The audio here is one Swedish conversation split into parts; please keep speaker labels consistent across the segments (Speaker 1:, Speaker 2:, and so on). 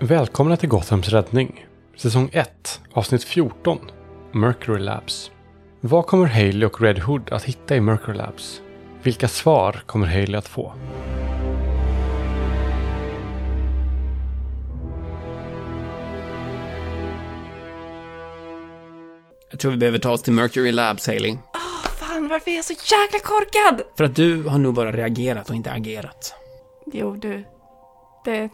Speaker 1: Välkomna till Gothams räddning. Säsong 1, avsnitt 14. Mercury Labs. Vad kommer Haley och Red Hood att hitta i Mercury Labs? Vilka svar kommer Haley att få?
Speaker 2: Jag tror vi behöver ta oss till Mercury Labs, Haley.
Speaker 3: Fan, varför är jag så jäkla korkad?
Speaker 2: För att du har nog bara reagerat och inte agerat.
Speaker 3: Jo, du. Det...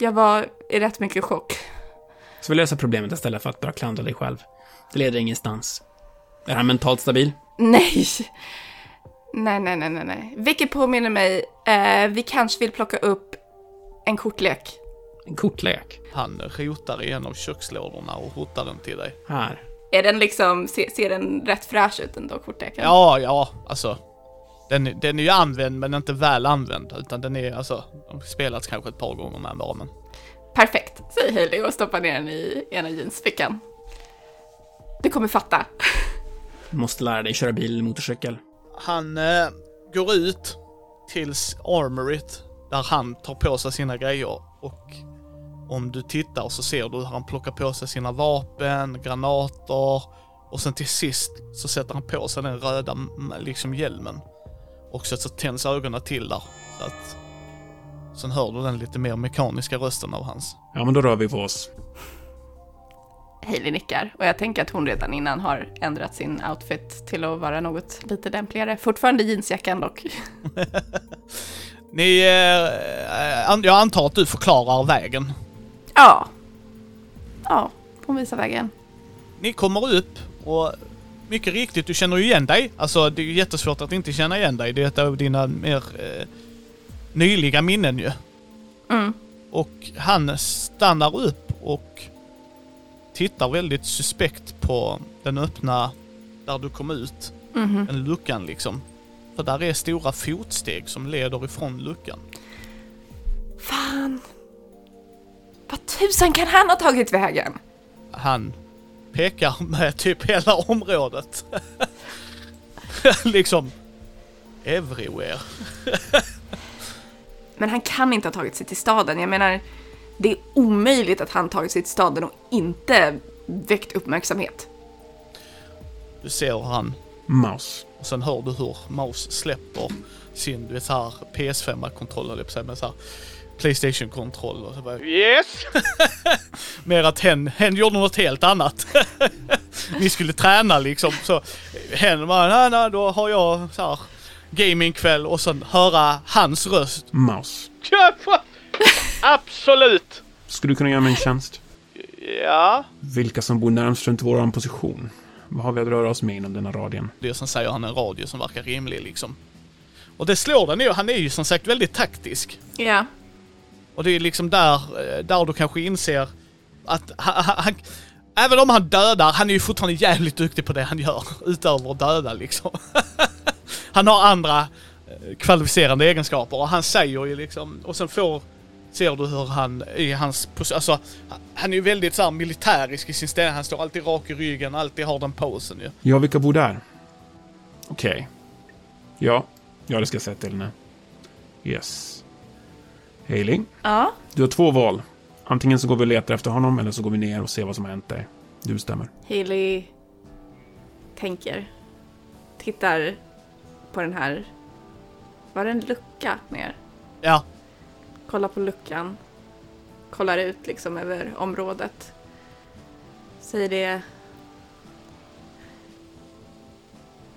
Speaker 3: Jag var i rätt mycket chock.
Speaker 2: Så vi löser problemet istället för att börja klandra dig själv. Det leder ingenstans. Är han mentalt stabil?
Speaker 3: Nej! Nej, nej, nej, nej, nej. Vilket påminner mig, eh, vi kanske vill plocka upp en kortlek.
Speaker 2: En kortlek.
Speaker 4: Han rotar igenom kökslådorna och hotar den till dig.
Speaker 2: Här.
Speaker 3: Är den liksom, se, ser den rätt fräsch ut ändå, kortleken?
Speaker 4: Ja, ja, alltså. Den, den är ju använd men inte väl använd, utan den är alltså, de har spelats kanske ett par gånger med bara, men
Speaker 3: Perfekt, säger Hailey och stoppar ner den i ena jeansfickan. Du kommer fatta.
Speaker 2: Du måste lära dig köra bil eller motorcykel.
Speaker 4: Han eh, går ut tills armoryt där han tar på sig sina grejer och om du tittar så ser du hur han plockar på sig sina vapen, granater och sen till sist så sätter han på sig den röda mm, liksom hjälmen. Och så, så tänds ögonen till där. Så att, sen hör du den lite mer mekaniska rösten av hans.
Speaker 2: Ja, men då rör vi på oss.
Speaker 3: Hailey nickar och jag tänker att hon redan innan har ändrat sin outfit till att vara något lite dämpligare. Fortfarande jeansjackan dock.
Speaker 4: Ni, eh, an- jag antar att du förklarar vägen.
Speaker 3: Ja. Ja, hon visar vägen.
Speaker 4: Ni kommer upp och mycket riktigt, du känner ju igen dig. Alltså det är ju jättesvårt att inte känna igen dig. Det är ett av dina mer eh, nyliga minnen ju.
Speaker 3: Mm.
Speaker 4: Och han stannar upp och tittar väldigt suspekt på den öppna, där du kom ut,
Speaker 3: Mhm.
Speaker 4: den luckan liksom. För där är stora fotsteg som leder ifrån luckan.
Speaker 3: Fan. Vad tusan kan han ha tagit vägen?
Speaker 4: Han pekar med typ hela området. liksom everywhere.
Speaker 3: Men han kan inte ha tagit sig till staden. Jag menar, det är omöjligt att han tagit sig till staden och inte väckt uppmärksamhet.
Speaker 4: Du ser hur han
Speaker 2: Mouse.
Speaker 4: och sen hör du hur Mouse släpper sin du vet, så här PS5-kontroll, höll jag på att säga, men så här Playstation-kontroll och så bara Yes! Mer att hen, hen gjorde något helt annat. Ni skulle träna liksom, så hen bara nej, nej, då har jag så här gamingkväll och sen höra hans röst.
Speaker 2: Mouse.
Speaker 4: Absolut!
Speaker 2: Skulle du kunna göra mig en tjänst?
Speaker 4: Ja.
Speaker 2: Vilka som bor närmst runt vår position? Vad har vi att röra oss med inom denna radien?
Speaker 4: Det som säger han en radio som verkar rimlig liksom. Och det slår den ju, han är ju som sagt väldigt taktisk.
Speaker 3: Ja.
Speaker 4: Och det är liksom där, eh, där du kanske inser att han, han, även om han dödar, han är ju fortfarande jävligt duktig på det han gör. Utöver att döda liksom. han har andra eh, kvalificerande egenskaper och han säger ju liksom, och sen får, ser du hur han i hans pos- alltså han är ju väldigt så här militärisk i sin ställning. Han står alltid rak i ryggen, alltid har den posen ju.
Speaker 5: Ja, vilka bor där? Okej. Ja, ja det ska jag säga till henne. Yes. Hailing,
Speaker 3: Ja.
Speaker 5: du har två val. Antingen så går vi och letar efter honom eller så går vi ner och ser vad som har hänt där. Du bestämmer.
Speaker 3: Hailey tänker. Tittar på den här. Var det en lucka ner?
Speaker 4: Ja,
Speaker 3: kollar på luckan, kollar ut liksom över området. Säger det...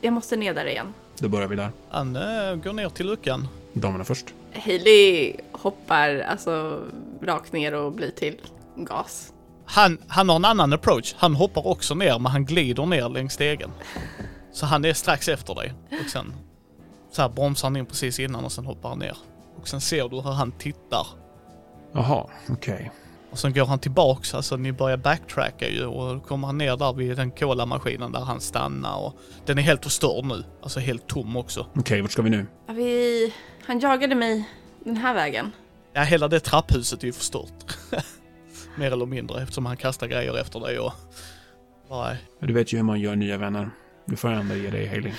Speaker 3: Jag måste ner där igen.
Speaker 5: Då börjar vi där.
Speaker 4: han eh, går ner till luckan.
Speaker 5: Damerna först.
Speaker 3: Hailey hoppar alltså rakt ner och blir till gas.
Speaker 4: Han, han har en annan approach. Han hoppar också ner, men han glider ner längs stegen. Så han är strax efter dig. Och sen så här bromsar han in precis innan och sen hoppar han ner. Och sen ser du hur han tittar.
Speaker 5: Jaha, okej.
Speaker 4: Och sen går han tillbaks, alltså ni börjar backtracka ju och då kommer han ner där vid den kolamaskinen där han stannar och den är helt förstörd nu. Alltså helt tom också.
Speaker 5: Okej, vart ska vi nu?
Speaker 3: Ja, Vi... Han jagade mig den här vägen.
Speaker 4: Ja, hela det trapphuset är ju förstört. Mer eller mindre eftersom han kastar grejer efter dig och... Nej.
Speaker 5: Ja, Du vet ju hur man gör nya vänner. Du får ändå ge dig, Hailing.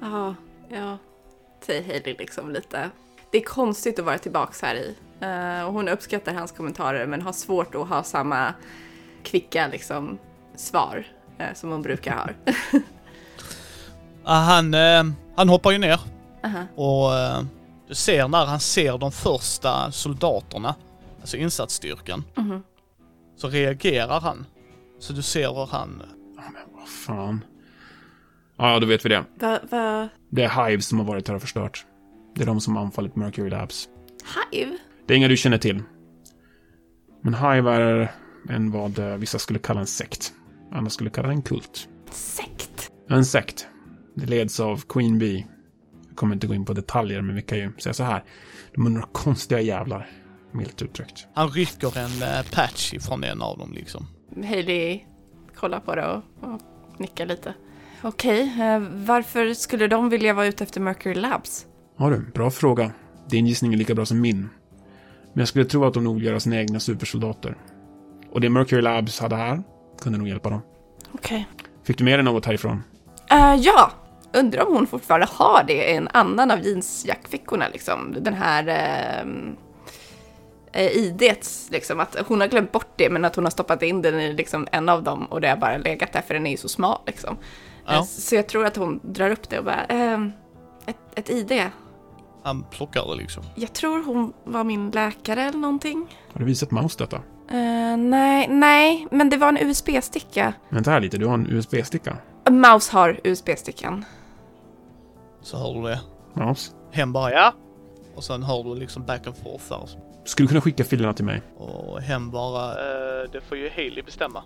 Speaker 3: Ja, ja. Säger Hailey liksom lite. Det- Det är konstigt att vara tillbaks här i. Eh, och hon uppskattar hans kommentarer men har svårt att ha samma kvicka liksom, svar eh, som hon brukar ha.
Speaker 4: Ah, han, eh, han hoppar ju ner
Speaker 3: Aha.
Speaker 4: och eh, du ser när han ser de första soldaterna, alltså insatsstyrkan,
Speaker 3: Mhm.
Speaker 4: så reagerar han. Så du ser hur han...
Speaker 5: Vad fan. Ja, ja, då vet vi det.
Speaker 3: Va, va?
Speaker 5: Det är Hive som har varit här och förstört. Det är de som har anfallit Mercury Labs.
Speaker 3: Hive?
Speaker 5: Det är inga du känner till. Men Hive är en vad eh, vissa skulle kalla en sekt. Andra skulle kalla den en kult.
Speaker 3: Sekt?
Speaker 5: En sekt. Det leds av Queen Bee. Jag kommer inte gå in på detaljer, men vi kan ju säga så här. De är några konstiga jävlar. Milt uttryckt.
Speaker 4: Han rycker en eh, patch ifrån en av dem liksom.
Speaker 3: Hailey kollar på det och, och nickar lite. Okej, eh, varför skulle de vilja vara ute efter Mercury Labs?
Speaker 5: Ja du, bra fråga. Din gissning är lika bra som min. Men jag skulle tro att de nog vill göra sina egna supersoldater. Och det Mercury Labs hade här kunde nog hjälpa dem.
Speaker 3: Okej.
Speaker 5: Fick du med dig något härifrån?
Speaker 3: Eh, ja, undrar om hon fortfarande har det i en annan av jeans jackfickorna liksom. Den här eh, IDs liksom. Att hon har glömt bort det men att hon har stoppat in den i liksom, en av dem och det har bara legat där för den är ju så smal liksom.
Speaker 4: Ja.
Speaker 3: Eh, Så jag tror att hon drar upp det och bara, ehm, ett, ett ID.
Speaker 4: Han plockar det liksom.
Speaker 3: Jag tror hon var min läkare eller någonting.
Speaker 5: Har du visat Mouse detta?
Speaker 3: Eh, nej, nej, men det var en USB-sticka.
Speaker 5: Vänta här lite, du har en USB-sticka.
Speaker 3: Mouse har USB-stickan.
Speaker 4: Så hör du det.
Speaker 5: Mouse?
Speaker 4: Hen bara ja. Och sen hör du liksom back and forth där.
Speaker 5: Skulle du kunna skicka filerna till mig?
Speaker 4: Och hen bara, eh, det får ju Haley bestämma.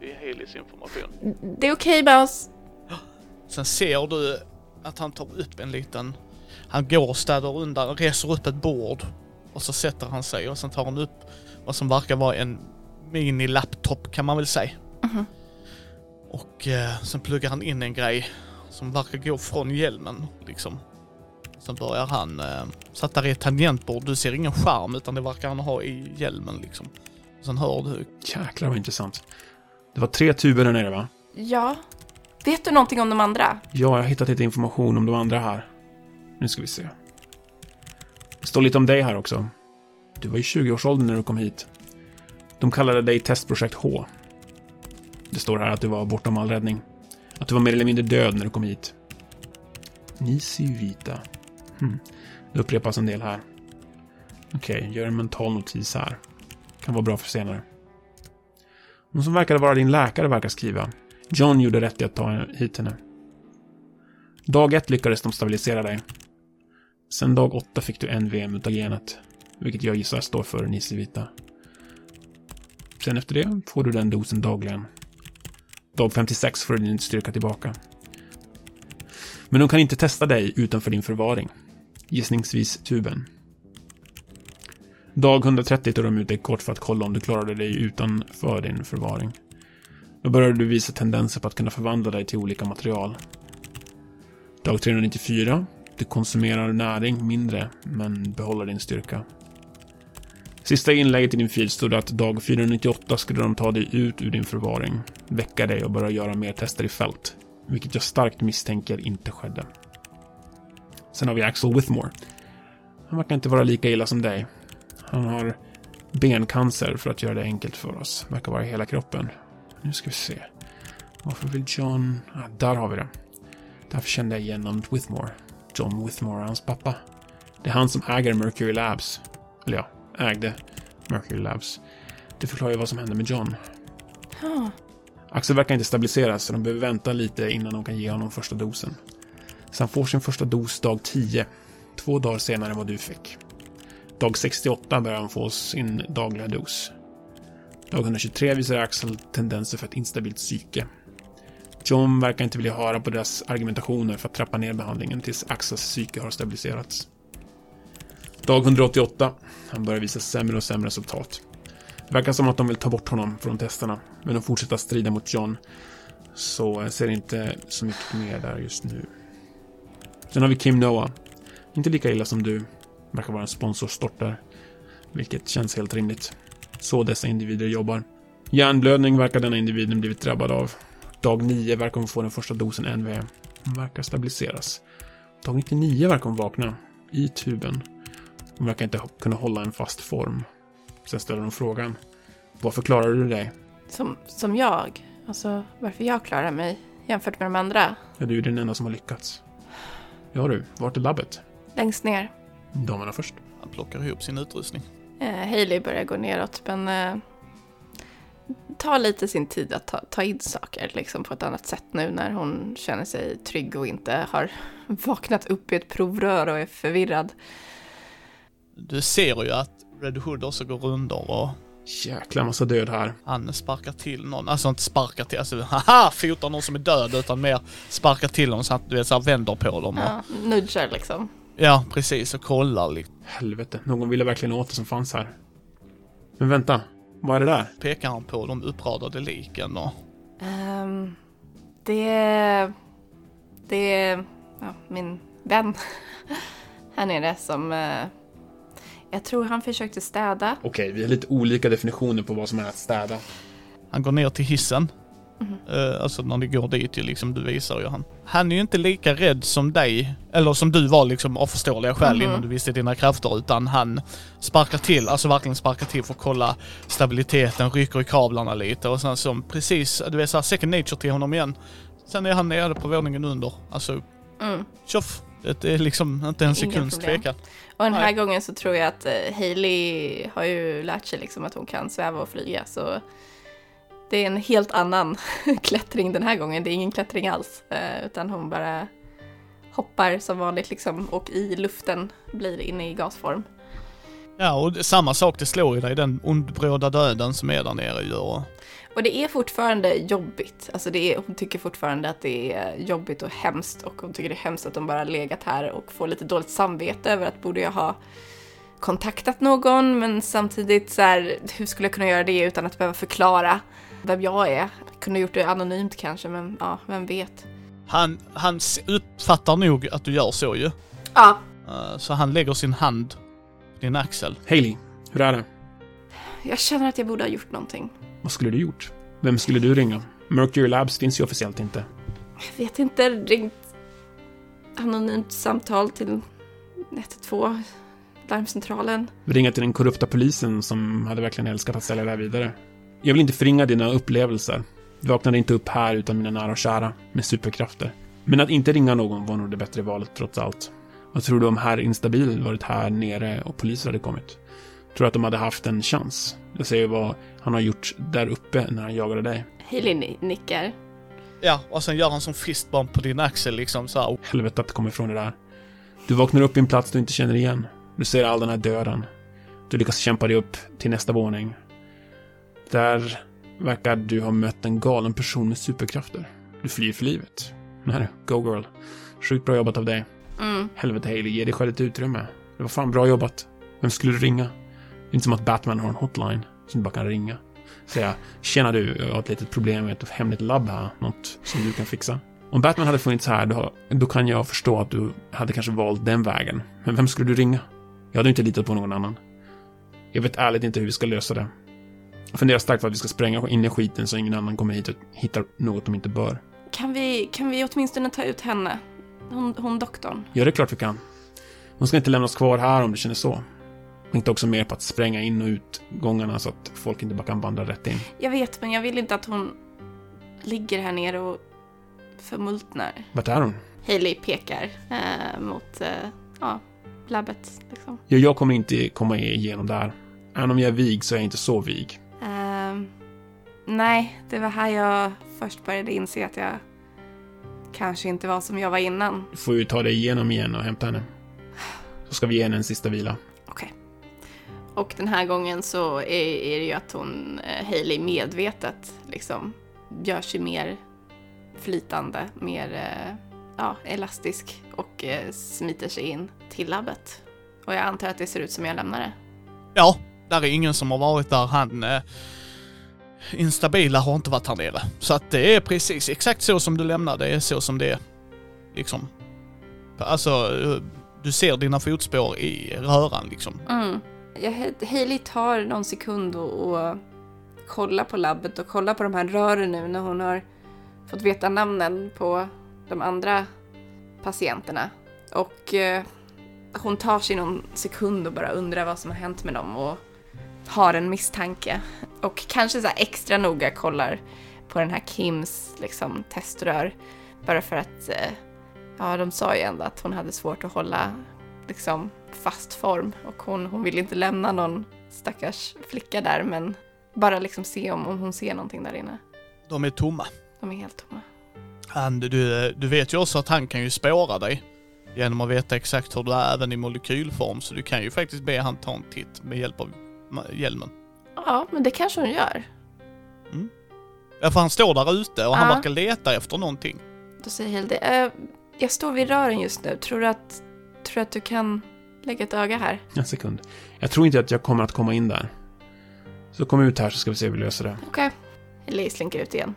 Speaker 4: Det är Haleys information.
Speaker 3: Det är okej Mouse.
Speaker 4: Sen ser du att han tar upp en liten... Han går och städar undan, reser upp ett bord. Och så sätter han sig och sen tar han upp vad som verkar vara en mini-laptop kan man väl säga. Och eh, sen pluggar han in en grej som verkar gå från hjälmen liksom. Sen börjar han, eh, satt där i ett tangentbord, du ser ingen skärm utan det verkar han ha i hjälmen liksom. Sen hör du
Speaker 5: Jäklar vad intressant. Det var tre tuber där nere va?
Speaker 3: Ja. Vet du någonting om de andra?
Speaker 5: Ja, jag har hittat lite information om de andra här. Nu ska vi se. Det står lite om dig här också. Du var i 20-årsåldern när du kom hit. De kallade dig Testprojekt H. Det står här att du var bortom all räddning. Att du var mer eller mindre död när du kom hit. Nisi Vita. Hmm. Det upprepas en del här. Okej, gör en mental notis här. Kan vara bra för senare. Hon som verkade vara din läkare verkar skriva. John gjorde rätt i att ta hit henne. Dag ett lyckades de stabilisera dig. Sen dag åtta fick du en VM utav genet, vilket jag gissar står för Nisivita. Sen efter det får du den dosen dagligen. Dag 56 får du din styrka tillbaka. Men de kan inte testa dig utanför din förvaring. Gissningsvis tuben. Dag 130 tog de ut dig kort för att kolla om du klarade dig utanför din förvaring. Då började du visa tendenser på att kunna förvandla dig till olika material. Dag 394. Du konsumerar näring mindre, men behåller din styrka. Sista inlägget i din fil stod att dag 498 skulle de ta dig ut ur din förvaring, väcka dig och börja göra mer tester i fält. Vilket jag starkt misstänker inte skedde. Sen har vi Axel Withmore. Han verkar inte vara lika illa som dig. Han har bencancer för att göra det enkelt för oss. Verkar vara i hela kroppen. Nu ska vi se. Varför vill John... Ah, där har vi det. Därför kände jag igen namnet Withmore. John Withmore är hans pappa. Det är han som äger Mercury Labs. Eller ja, ägde Mercury Labs. Det förklarar ju vad som hände med John.
Speaker 3: Ja.
Speaker 5: Axel verkar inte stabiliseras, så de behöver vänta lite innan de kan ge honom första dosen. Så han får sin första dos dag 10, två dagar senare än vad du fick. Dag 68 börjar han få sin dagliga dos. Dag 123 visar Axel tendenser för ett instabilt psyke. John verkar inte vilja höra på deras argumentationer för att trappa ner behandlingen tills Axels psyke har stabiliserats. Dag 188. Han börjar visa sämre och sämre resultat. Det verkar som att de vill ta bort honom från testerna, men de fortsätter strida mot John. Så jag ser inte så mycket mer där just nu. Sen har vi Kim Noah. Inte lika illa som du. Verkar vara en sponsorstorter. Vilket känns helt rimligt. Så dessa individer jobbar. Hjärnblödning verkar denna individen blivit drabbad av. Dag 9 verkar hon få den första dosen NV. Hon verkar stabiliseras. Dag 99 verkar hon vakna. I tuben. De verkar inte kunna hålla en fast form. Sen ställer de frågan. Varför klarar du dig?
Speaker 3: Som, som jag. Alltså varför jag klarar mig jämfört med de andra.
Speaker 5: Ja, du är den enda som har lyckats. Ja du, vart är labbet?
Speaker 3: Längst ner.
Speaker 5: Damerna först.
Speaker 4: Han plockar ihop sin utrustning.
Speaker 3: Eh, Hailey börjar gå neråt men eh, tar lite sin tid att ta, ta in saker liksom, på ett annat sätt nu när hon känner sig trygg och inte har vaknat upp i ett provrör och är förvirrad.
Speaker 4: Du ser ju att Red Hood också går rundor och
Speaker 5: Jäkla massa död här.
Speaker 4: han sparkar till någon. Alltså inte sparkar till, alltså haha, fotar någon som är död utan mer sparkar till dem så att du vet såhär vänder på dem och,
Speaker 3: Ja, nudgar liksom.
Speaker 4: Ja, precis och kollar liksom.
Speaker 5: Helvete, någon ville verkligen åt det som fanns här. Men vänta, vad är det där?
Speaker 4: Pekar han på de uppradade liken och
Speaker 3: Ehm, det... Det är ja, min vän här nere som... eh, jag tror han försökte städa.
Speaker 5: Okej, vi har lite olika definitioner på vad som är att städa.
Speaker 4: Han går ner till hissen.
Speaker 3: Mhm.
Speaker 4: Eh, alltså när ni går dit, ju liksom, du visar ju han. Han är ju inte lika rädd som dig, eller som du var liksom av förståeliga skäl
Speaker 3: Mhm.
Speaker 4: innan du visste dina krafter, utan han sparkar till, alltså verkligen sparkar till för att kolla stabiliteten, rycker i kablarna lite och sen som precis, du vet såhär second nature till honom igen. Sen är han nere på våningen under, alltså
Speaker 3: Mm.
Speaker 4: tjoff! Det är liksom inte en
Speaker 3: Inga
Speaker 4: sekunds
Speaker 3: problem.
Speaker 4: tvekan.
Speaker 3: Och den här
Speaker 4: Nej.
Speaker 3: gången så tror jag att eh, Hailey har ju lärt sig liksom att hon kan sväva och flyga så det är en helt annan klättring den här gången. Det är ingen klättring alls eh, utan hon bara hoppar som vanligt liksom och i luften blir inne i gasform.
Speaker 4: Ja, och det- samma sak, det slår ju dig, den ondbråda döden som är där nere gör. och-
Speaker 3: Och det är fortfarande jobbigt. Alltså det är, hon tycker fortfarande att det är jobbigt och hemskt och hon tycker det är hemskt att de bara har legat här och får lite dåligt samvete över att borde jag ha kontaktat någon men samtidigt så här, hur skulle jag kunna göra det utan att behöva förklara vem jag är? Jag kunde gjort det anonymt kanske men ja, vem vet.
Speaker 4: Han, han s- uppfattar nog att du gör så ju.
Speaker 3: Ja,
Speaker 4: Eh, Så han lägger sin hand på din axel.
Speaker 5: Hailey, hur är det?
Speaker 3: jag känner att jag borde ha gjort någonting.
Speaker 5: Vad skulle du gjort? Vem skulle du ringa? Mercury Labs finns ju officiellt inte.
Speaker 3: Jag vet inte, ringt anonymt samtal till 112, larmcentralen.
Speaker 5: Ringa till den korrupta polisen som hade verkligen älskat att sälja det här vidare. Jag vill inte förringa dina upplevelser. Du vaknade inte upp här utan mina nära och kära med superkrafter. Men att inte ringa någon var nog det bättre valet trots allt. Vad tror du om herr Instabil varit här nere och poliser hade kommit? Tror du att de hade haft en chans? Jag säger vad han har gjort där uppe när han jagade dig.
Speaker 3: Hailey ni- nickar.
Speaker 4: Ja, och sen gör han som fistbump på din axel liksom så här.
Speaker 5: Helvete att du kommer ifrån det där. Du vaknar upp i en plats du inte känner igen. Du ser all den här döden. Du lyckas kämpa dig upp till nästa våning. Där verkar du ha mött en galen person med superkrafter. Du flyr för livet. Nej, du, go girl. Sjukt bra jobbat av dig.
Speaker 3: Mm.
Speaker 5: Helvete Haley, ge dig själv lite utrymme. Det var fan bra jobbat. Vem skulle du ringa? Det är inte som att Batman har en hotline som du bara kan ringa. Säga, tjena du, jag har ett litet problem med ett hemligt labb här. Något som du kan fixa. Om Batman hade funnits här, då, då kan jag förstå att du hade kanske valt den vägen. Men vem skulle du ringa? Jag hade inte litat på någon annan. Jag vet ärligt inte hur vi ska lösa det. Jag funderar starkt på att vi ska spränga in i skiten så ingen annan kommer hit och hittar något de inte bör.
Speaker 3: Kan vi, kan vi åtminstone ta ut henne? Hon, hon doktorn.
Speaker 5: Ja, det är klart vi kan. Hon ska inte lämnas kvar här om du känner så. Tänkte också mer på att spränga in och utgångarna så att folk inte bara kan vandra rätt in.
Speaker 3: Jag vet, men jag vill inte att hon ligger här nere och förmultnar.
Speaker 5: Vart är hon?
Speaker 3: Hailey pekar eh, mot eh, ja, labbet. Liksom.
Speaker 5: Ja, jag kommer inte komma igenom där. Även om jag är vig så är jag inte så vig.
Speaker 3: Ehm, nej, det var här jag först började inse att jag kanske inte var som jag var innan.
Speaker 5: Du får ju ta dig igenom igen och hämta henne. Så ska vi ge henne en sista vila.
Speaker 3: Okej. Och den här gången så är, är det ju att hon, eh, Hailey, medvetet liksom gör sig mer flytande, mer eh, ja, elastisk och eh, smiter sig in till labbet. Och jag antar att det ser ut som jag lämnar det.
Speaker 4: Ja, där är ingen som har varit där. Han eh, instabila har inte varit här nere. Så att det är precis exakt så som du lämnade. Det är så som det är. Liksom. Alltså, eh, du ser dina fotspår i röran liksom.
Speaker 3: Mm. Jag, Hailey tar någon sekund och, och kollar på labbet och kollar på de här rören nu när hon har fått veta namnen på de andra patienterna. Och eh, Hon tar sig någon sekund och bara undrar vad som har hänt med dem och har en misstanke. Och kanske så här extra noga kollar på den här Kims liksom, teströr. Bara för att, eh, ja de sa ju ändå att hon hade svårt att hålla liksom, fast form och hon, hon vill inte lämna någon stackars flicka där men bara liksom se om, om hon ser någonting där inne.
Speaker 4: De är tomma.
Speaker 3: De är helt tomma.
Speaker 4: And, du, du vet ju också att han kan ju spåra dig. Genom att veta exakt hur du är även i molekylform, så du kan ju faktiskt be han ta en titt med hjälp av ma- hjälmen.
Speaker 3: Ja, men det kanske hon gör.
Speaker 4: Ja, för han står där ute och han
Speaker 3: Ja.
Speaker 4: verkar leta efter någonting.
Speaker 3: Då säger Hilde, eh, jag står vid rören just nu. Tror du att, tror du att du kan lägga ett öga här?
Speaker 5: En sekund. Jag tror inte att jag kommer att komma in där. Så kom ut här så ska vi se hur vi löser det.
Speaker 3: Okej. Hailey slinker ut igen.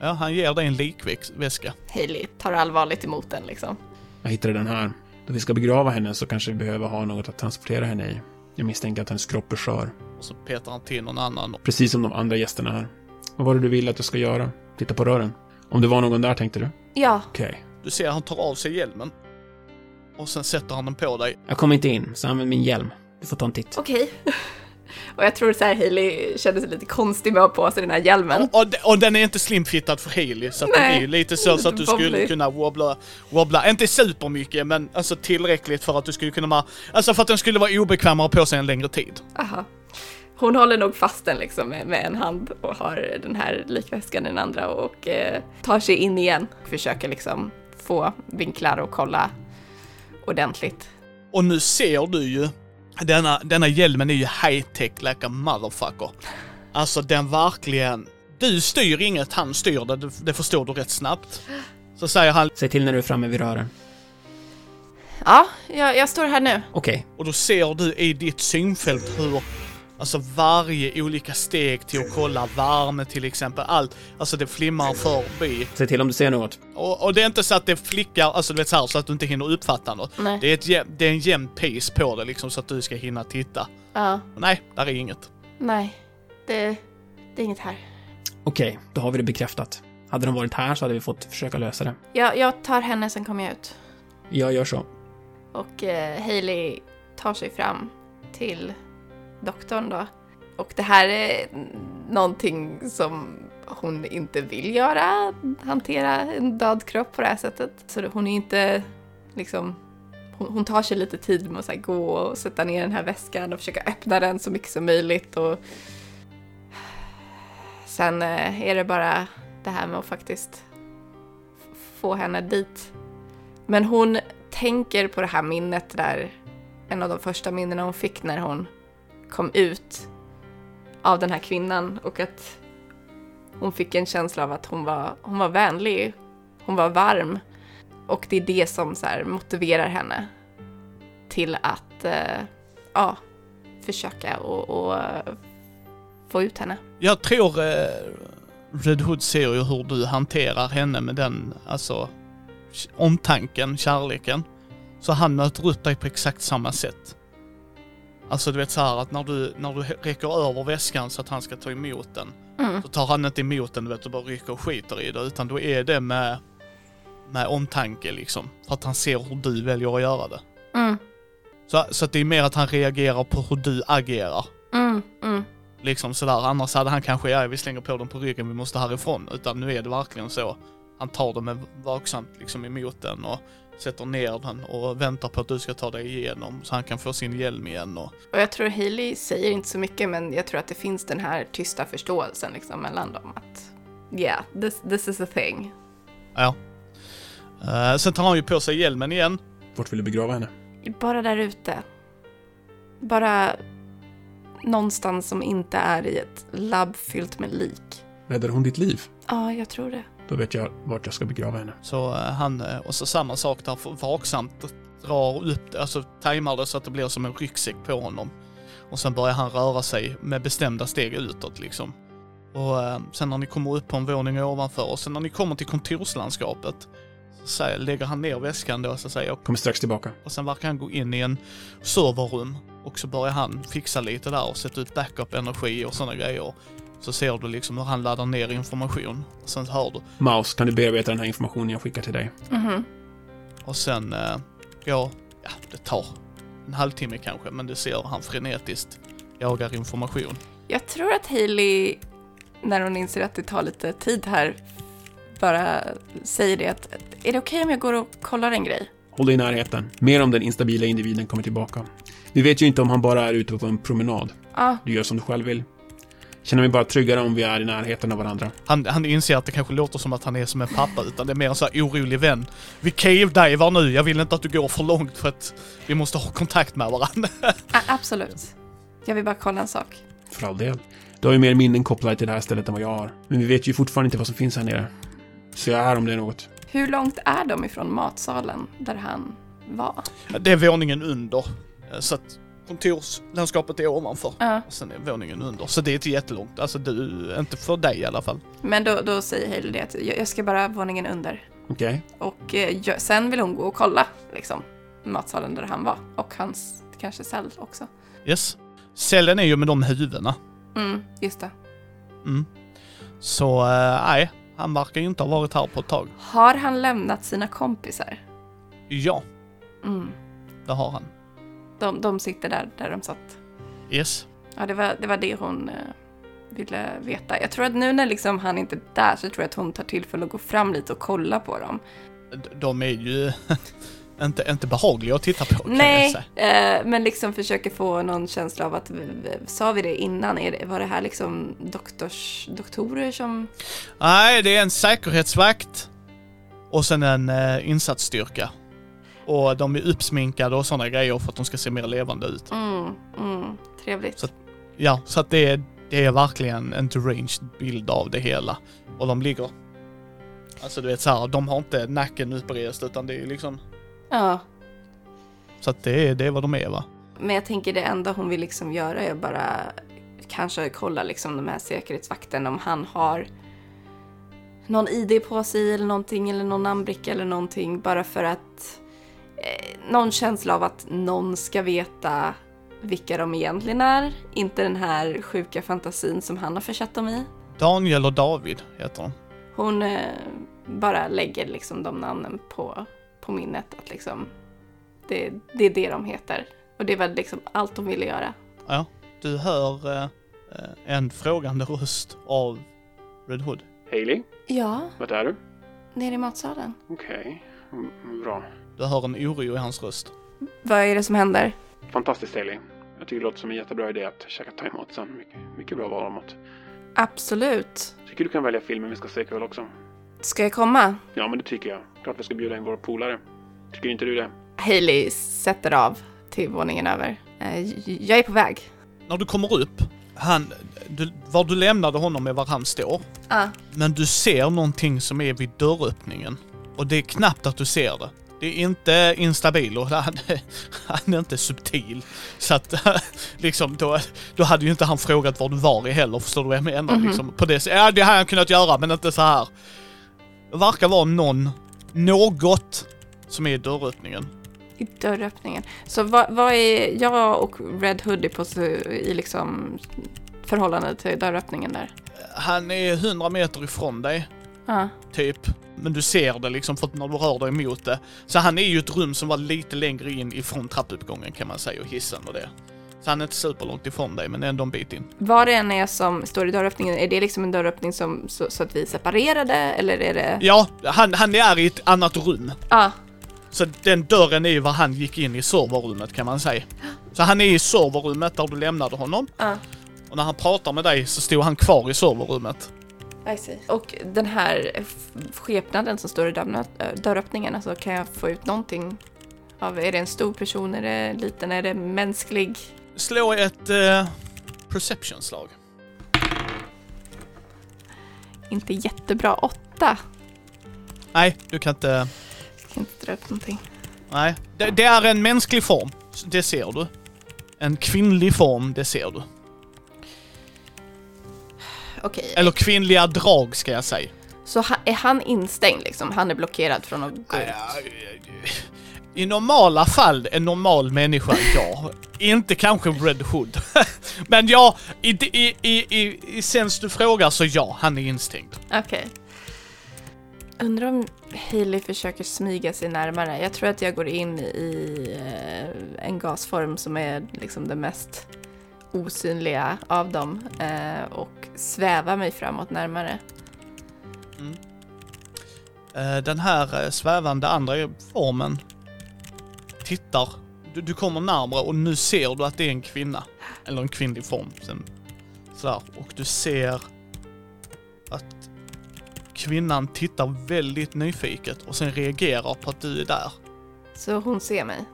Speaker 4: Ja, han ger dig en likväska.
Speaker 3: Hailey tar allvarligt emot den liksom.
Speaker 5: Jag hittade den här. Då vi ska begrava henne så kanske vi behöver ha något att transportera henne i. Jag misstänker att hennes kropp är skör.
Speaker 4: Och så petar han till någon annan.
Speaker 5: Precis som de andra gästerna här. Vad var det du ville att jag ska göra? Titta på rören. Om det var någon där tänkte du?
Speaker 3: Ja,
Speaker 5: Okej.
Speaker 4: Du ser han tar av sig hjälmen. Och sen sätter han den på dig.
Speaker 2: Jag kommer inte in, så använd min hjälm. Du får ta en titt.
Speaker 3: okej. Och jag tror så här Hailey kände sig lite konstig med att ha på sig den här hjälmen.
Speaker 4: Och, de- och den är inte slimfittad för Healy, så att det
Speaker 3: Nej.
Speaker 4: är ju lite så, så att du
Speaker 3: Lite
Speaker 4: skulle
Speaker 3: bobbly.
Speaker 4: kunna wobbla, wobbla, inte supermycket men alltså tillräckligt för att du skulle kunna, ma- alltså för att den skulle vara obekväm att ha på sig en längre tid.
Speaker 3: Aha. Hon håller nog fast den liksom med, med en hand och har den här likväskan i den andra och eh, tar sig in igen. Försöker liksom få vinklar och kolla ordentligt.
Speaker 4: Och nu ser du ju, denna, denna hjälmen är ju high-tech like a motherfucker. Alltså den verkligen, du styr inget, han styr det, det, det förstår du rätt snabbt. Så säger han,
Speaker 2: Säg till när du är framme vid rören.
Speaker 3: Ja, jag, jag står här nu.
Speaker 2: Okej,
Speaker 4: och då ser du i ditt synfält hur Alltså varje olika steg till att kolla värme till exempel, allt. Alltså det flimmar förbi.
Speaker 2: säg till om du ser något.
Speaker 4: Och, och det är inte så att det flickar, alltså du vet så här, så att du inte hinner uppfatta något.
Speaker 3: Nej.
Speaker 4: Det är, ett, jäm- det är en jämn pace på det liksom så att du ska hinna titta.
Speaker 3: Ja,
Speaker 4: Nej, där är inget.
Speaker 3: nej. Det, det är inget här.
Speaker 2: Okej, då har vi det bekräftat. Hade de varit här så hade vi fått försöka lösa det.
Speaker 3: Jag, jag tar henne, sen kommer jag ut.
Speaker 2: Jag gör så.
Speaker 3: Och eh, Hailey tar sig fram till doktorn då. Och det här är någonting som hon inte vill göra, hantera en död kropp på det här sättet. Så hon är inte liksom, hon, hon tar sig lite tid med att så här, gå och sätta ner den här väskan och försöka öppna den så mycket som möjligt. Och... Sen eh, är det bara det här med att faktiskt f- få henne dit. Men hon tänker på det här minnet där, en av de första minnena hon fick när hon kom ut av den här kvinnan och att hon fick en känsla av att hon var, hon var vänlig, hon var varm och det är det som så här motiverar henne till att eh, ja, försöka och, och få ut henne.
Speaker 4: Jag tror eh, Red Hood ser ju hur du hanterar henne med den, alltså k- omtanken, kärleken. Så han möter upp dig på exakt samma sätt. Alltså du vet så här att när du, när du räcker över väskan så att han ska ta emot den.
Speaker 3: Mm.
Speaker 4: Så tar han inte emot den du vet och bara rycker och skiter i det utan då är det med, med omtanke liksom. För att han ser hur du väljer att göra det.
Speaker 3: Mm,
Speaker 4: Så, så att det är mer att han reagerar på hur du agerar.
Speaker 3: mm, mm.
Speaker 4: Liksom sådär, annars hade han kanske, ja vi slänger på dem på ryggen, vi måste härifrån. Utan nu är det verkligen så. Han tar dem med- vaksamt liksom emot den och sätter ner den och väntar på att du ska ta dig igenom så han kan få sin hjälm igen och...
Speaker 3: Och jag tror Hailey säger inte så mycket, men jag tror att det finns den här tysta förståelsen liksom mellan dem att yeah, this, this is a thing.
Speaker 4: Ja. Eh, sen tar han ju på sig hjälmen igen.
Speaker 5: Vart vill du begrava henne?
Speaker 3: Bara där ute. Bara någonstans som inte är i ett labb fyllt med lik.
Speaker 5: Räddade hon ditt liv?
Speaker 3: Ja, jag tror det.
Speaker 5: Då vet jag vart jag ska begrava henne.
Speaker 4: Så eh, han, eh, och så samma sak där, för- vaksamt drar upp det, alltså tajmar det så att det blir som en ryggsäck på honom. Och sen börjar han röra sig med bestämda steg utåt liksom. Och eh, sen när ni kommer upp på en våning ovanför och sen när ni kommer till kontorslandskapet så säger, lägger han ner väskan då så säger jag
Speaker 5: Kommer strax tillbaka.
Speaker 4: och sen verkar han gå in i en serverrum och så börjar han fixa lite där och sätta ut backup-energi och sådana grejer. Så ser du liksom hur han laddar ner information. Sen hör du
Speaker 3: Mm-hmm.
Speaker 5: Maus, kan du bearbeta den här informationen jag skickar till dig?
Speaker 3: Mhm.
Speaker 4: Och sen eh, går ja, det tar en halvtimme kanske, men du ser hur han frenetiskt jagar information.
Speaker 3: Jag tror att Hailey, när hon inser att det tar lite tid här, bara säger det att är det okej om jag går och kollar en grej?
Speaker 5: Håll dig i närheten. Mer om den instabila individen kommer tillbaka. Vi vet ju inte om han bara är ute på en promenad.
Speaker 3: Ja,
Speaker 5: Du gör som du själv vill. Känner mig bara tryggare om vi är i närheten av varandra.
Speaker 4: Han, han inser att det kanske låter som att han är som en pappa, utan det är mer en så här orolig vän. Vi cave-divar nu, jag vill inte att du går för långt för att vi måste ha kontakt med varandra.
Speaker 3: a- absolut. Jag vill bara kolla en sak.
Speaker 5: För all del. Du har ju mer minnen kopplade till det här stället än vad jag har. Men vi vet ju fortfarande inte vad som finns här nere. Så jag är här om det är något.
Speaker 3: Hur långt är de ifrån matsalen där han var?
Speaker 4: Det är våningen under, Eh, så att kontorslandskapet är ovanför.
Speaker 3: Ja.
Speaker 4: Och sen är våningen under, så det är inte jättelångt. Alltså du, inte för dig i alla fall.
Speaker 3: Men då, då säger Hailey det att jag, jag ska bara våningen under.
Speaker 5: Okej?
Speaker 3: Och eh, jag, sen vill hon gå och kolla liksom, matsalen där han var och hans kanske cell också.
Speaker 4: Yes. Cellen är ju med de huvudena.
Speaker 3: Mm, just det.
Speaker 4: Mm. Så, eh, nej. han verkar ju inte ha varit här på ett tag.
Speaker 3: Har han lämnat sina kompisar?
Speaker 4: Ja,
Speaker 3: Mm.
Speaker 4: det har han.
Speaker 3: De, de sitter där, där de satt.
Speaker 4: Yes.
Speaker 3: Ja, det var det, var det hon eh, ville veta. Jag tror att nu när liksom han inte är där så tror jag att hon tar tillfälle att gå fram lite och kolla på dem.
Speaker 4: D- De är ju inte, inte behagliga att titta på kan jag
Speaker 3: Nej,
Speaker 4: säga.
Speaker 3: eh, men liksom försöker få någon känsla av att, v- v- sa vi det innan, är det, var det här liksom doktors, doktorer som...
Speaker 4: Nej, det är en säkerhetsvakt. Och sen en eh, insatsstyrka. Och de är uppsminkade och sådana grejer för att de ska se mer levande ut.
Speaker 3: Mm, mm, trevligt.
Speaker 4: Så- Ja, så att det är, det är verkligen en deranged bild av det hela. Och de ligger... Alltså du vet så här, de har inte nacken upprest utan det är liksom...
Speaker 3: Ja,
Speaker 4: Så att det är, det är vad de är va?
Speaker 3: men jag tänker det enda hon vill liksom göra är bara kanske kolla liksom de här säkerhetsvakten om han har någon ID på sig eller någonting eller någon namnbricka eller någonting bara för att eh, någon känsla av att någon ska veta vilka de egentligen är, inte den här sjuka fantasin som han har försatt dem i.
Speaker 4: Daniel och David heter de.
Speaker 3: Hon eh, bara lägger liksom de namnen på, på minnet att liksom det, det är det de heter. Och det var liksom allt de ville göra.
Speaker 4: Ja. Du hör eh, eh, en frågande röst av Red Hood.
Speaker 5: Haley,
Speaker 3: Ja,
Speaker 5: vart är du?
Speaker 3: nere i matsalen.
Speaker 5: Okej, bra.
Speaker 4: Du hör en oro i hans röst.
Speaker 3: Vad är det som händer?
Speaker 5: Fantastiskt Haley. Jag tycker det låter som en jättebra idé att käka thaimat sen. Mycket, mycket bra val av mat.
Speaker 3: Absolut.
Speaker 5: Tycker du kan välja filmen vi ska se ikväll också?
Speaker 3: Ska jag komma?
Speaker 5: Ja, men det tycker jag. Klart vi ska bjuda in våra polare. Tycker inte du det?
Speaker 3: Hailey sätter av till våningen över. Eh, j- Jag är på väg.
Speaker 4: När du kommer upp, han, du, var du lämnade honom är var han står.
Speaker 3: Ah.
Speaker 4: Men du ser någonting som är vid dörröppningen. Och det är knappt att du ser det. Det är inte instabil och han, han är inte subtil. Så att liksom då, då hade ju inte han frågat var du var i heller, förstår du vad jag menar? Liksom, på det, sättet. ja, det hade han kunnat göra men inte så här. Det verkar vara någon, något som är i dörröppningen.
Speaker 3: I dörröppningen. Så vad, vad är jag och Red Hoodie på s- i liksom förhållande till dörröppningen där?
Speaker 4: Han är 100 meter ifrån dig.
Speaker 3: Ja.
Speaker 4: typ. Men du ser det liksom för att när du rör dig emot det. Så han är ju ett rum som var lite längre in ifrån trappuppgången kan man säga och hissen och det. Så han är inte superlångt ifrån dig men ändå en bit in.
Speaker 3: Vad det än är som står i dörröppningen, är det liksom en dörröppning som, så, så att vi är separerade eller är det...
Speaker 4: Ja, han, han är i ett annat rum.
Speaker 3: Ah,
Speaker 4: Så den dörren är ju var han gick in i serverrummet kan man säga. Så han är i serverrummet där du lämnade honom.
Speaker 3: Ja.
Speaker 4: Och när han pratar med dig så stod han kvar i serverrummet.
Speaker 3: I see. Och den här f- skepnaden som står i dörrna- eh, dörröppningen, alltså kan jag få ut någonting av, är det en stor person, är det liten, är det mänsklig?
Speaker 4: Slå ett eh, perception-slag.
Speaker 3: Inte jättebra åtta.
Speaker 4: Nej, du kan inte...
Speaker 3: Ska inte dra upp någonting.
Speaker 4: Nej, det, det är en mänsklig form. Det ser du. En kvinnlig form, det ser du.
Speaker 3: Okej,
Speaker 4: Eller kvinnliga drag ska jag säga.
Speaker 3: så ha, är han instängd liksom? Han är blockerad från att gå ut?
Speaker 4: Eh, I normala fall, en normal människa, ja. Inte kanske Red Hood. Men ja, i, i, i, i, i sens du frågar så ja, han är instängd.
Speaker 3: Okej. Undrar om Hailey försöker smyga sig närmare. Jag tror att jag går in i eh, en gasform som är liksom det mest osynliga av dem eh, och svävar mig framåt närmare.
Speaker 4: Eh, Den här eh, svävande andra formen tittar. Du, du kommer närmare och nu ser du att det är en kvinna. Eller en kvinnlig form. Sen, sådär. Och du ser att kvinnan tittar väldigt nyfiket och sen reagerar på att du är där.
Speaker 3: Så hon ser mig.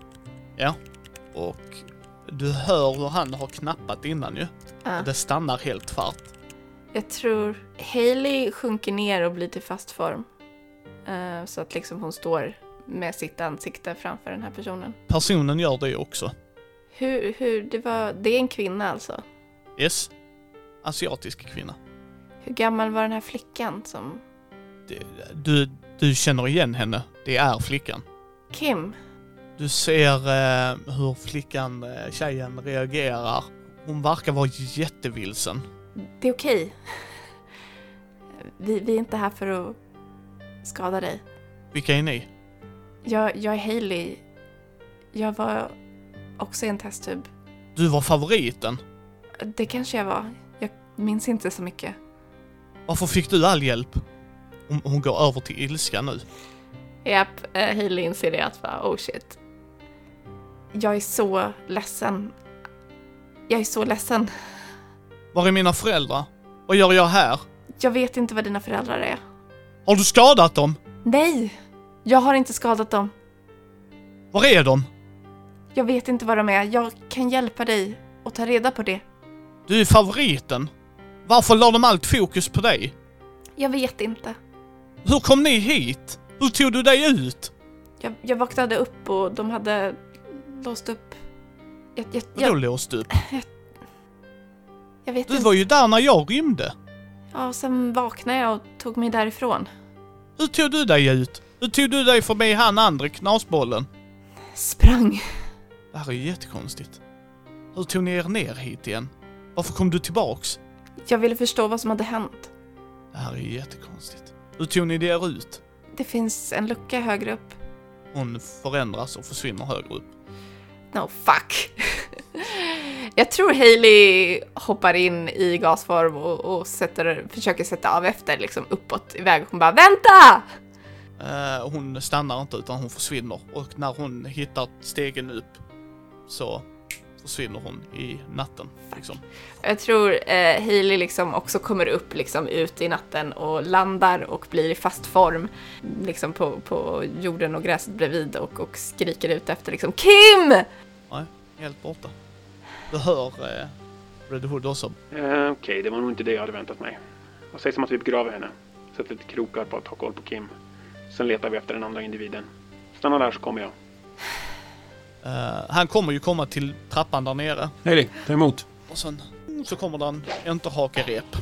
Speaker 4: Och du hör hur han har knappat innan ju.
Speaker 3: Ja.
Speaker 4: Och det stannar helt tvärt.
Speaker 3: Jag tror Hailey sjunker ner och blir till fast form. Eh, så att liksom hon står med sitt ansikte framför den här personen.
Speaker 4: Personen gör det också.
Speaker 3: Hur, hur, det var, det är en kvinna alltså.
Speaker 4: Yes. Asiatisk kvinna.
Speaker 3: Hur gammal var den här flickan som...
Speaker 4: Det- Du, du känner igen henne. Det är flickan.
Speaker 3: Kim?
Speaker 4: Du ser eh, hur flickan, eh, tjejen, reagerar. Hon verkar vara jättevilsen.
Speaker 3: Det är okej. Vi, vi är inte här för att skada dig.
Speaker 4: Vilka är ni?
Speaker 3: Jag, jag är Hailey. Jag var också i en testtub.
Speaker 4: Du var favoriten.
Speaker 3: Det kanske jag var. Jag minns inte så mycket.
Speaker 4: Varför fick du all hjälp? Hon, hon går över till ilska nu.
Speaker 3: Japp, eh, Hailey inser det att bara, oh shit. Jag är så ledsen. Jag är så ledsen.
Speaker 4: Var är mina föräldrar? Vad gör jag här?
Speaker 3: Jag vet inte vad dina föräldrar är.
Speaker 4: Har du skadat dem?
Speaker 3: Nej! Jag har inte skadat dem.
Speaker 4: Var är de?
Speaker 3: Jag vet inte vad de är. Jag kan hjälpa dig och ta reda på det.
Speaker 4: Du är favoriten. Varför la de allt fokus på dig?
Speaker 3: Jag vet inte.
Speaker 4: Hur kom ni hit? Hur tog du dig ut?
Speaker 3: Jag, jag vaknade upp och de hade låst upp. Jag, jag,
Speaker 4: Vadå
Speaker 3: jag,
Speaker 4: låst upp?
Speaker 3: jag vet
Speaker 4: Du
Speaker 3: inte.
Speaker 4: var ju där när jag rymde.
Speaker 3: Ja, och sen vaknade jag och tog mig därifrån.
Speaker 4: Hur tog du dig ut? Hur tog du dig förbi han andra knasbollen?
Speaker 3: Sprang.
Speaker 4: Det här är ju jättekonstigt. Hur tog ni er ner hit igen? Varför kom du tillbaks?
Speaker 3: Jag ville förstå vad som hade hänt.
Speaker 4: Det här är ju jättekonstigt. Hur tog ni er ut?
Speaker 3: Det finns en lucka högre upp.
Speaker 4: Hon förändras och försvinner högre upp.
Speaker 3: No fuck. jag tror Hailey hoppar in i gasform och, och sätter, försöker sätta av efter liksom uppåt iväg. Hon bara vänta!
Speaker 4: Eh, hon stannar inte utan hon försvinner och när hon hittar stegen upp så försvinner hon i natten. Liksom.
Speaker 3: Jag tror eh, Hailey liksom också kommer upp liksom ut i natten och landar och blir i fast form liksom på, på jorden och gräset bredvid och, och skriker ut efter liksom Kim!
Speaker 4: Nej, helt borta. Du hör eh, Red Hood också.
Speaker 5: Eh, Okej, det var nog inte det jag hade väntat mig. Vad sägs om att vi begraver henne? Sätter lite krokar på att ha koll på Kim. Sen letar vi efter den andra individen. Stanna där så kommer jag.
Speaker 4: Eh, han kommer ju komma till trappan där nere
Speaker 5: Hailey, ta emot.
Speaker 4: och sen mm, så kommer den inte haka rep.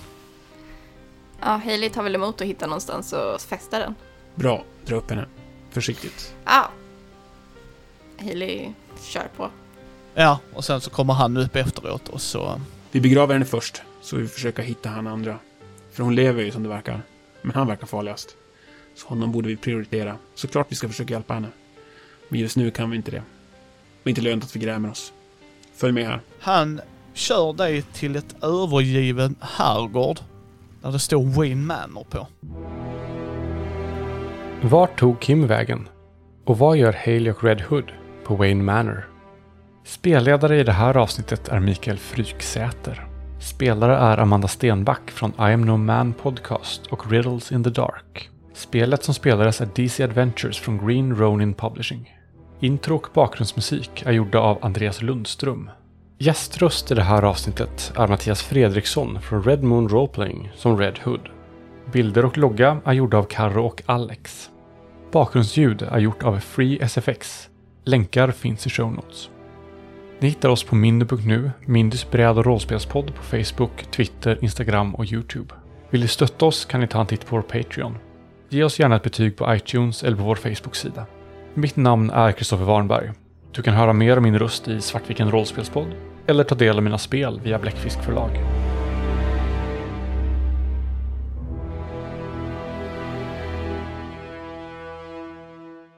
Speaker 3: Ja, Hailey tar väl emot och hittar någonstans och fästar den.
Speaker 5: Bra, dra upp henne. Försiktigt.
Speaker 3: Ja. Hailey kör på.
Speaker 4: Ja, och sen så kommer han upp efteråt och så...
Speaker 5: Vi begraver henne först, så vi försöker hitta han andra. För hon lever ju som det verkar. Men han verkar farligast. Så honom borde vi prioritera. Såklart vi ska försöka hjälpa henne. Men just nu kan vi inte det. Och inte lönt att vi grämer oss. Följ med här.
Speaker 4: Han kör dig till ett övergiven herrgård. Där det står Wayne Manor på.
Speaker 1: Vart tog Kim vägen? Och vad gör Haley och Red Hood på Wayne Manor? Spelledare i det här avsnittet är Mikael Fryksäter. Spelare är Amanda Stenback från I am no man podcast och Riddles in the dark. Spelet som spelades är DC Adventures från Green Ronin Publishing. Intro och bakgrundsmusik är gjorda av Andreas Lundström. Gäströst i det här avsnittet är Mattias Fredriksson från Red Moon Roleplaying som Red Hood. Bilder och logga är gjorda av Karro och Alex. Bakgrundsljud är gjort av Free SFX. Länkar finns i show notes. Ni hittar oss på mindy.nu, Mindys bräd och rollspelspodd på Facebook, Twitter, Instagram och Youtube. Vill ni stötta oss kan ni ta en titt på vår Patreon. Ge oss gärna ett betyg på iTunes eller på vår Facebook-sida. Mitt namn är Kristoffer Warnberg. Du kan höra mer om min röst i Svartviken rollspelspodd eller ta del av mina spel via Bläckfisk förlag.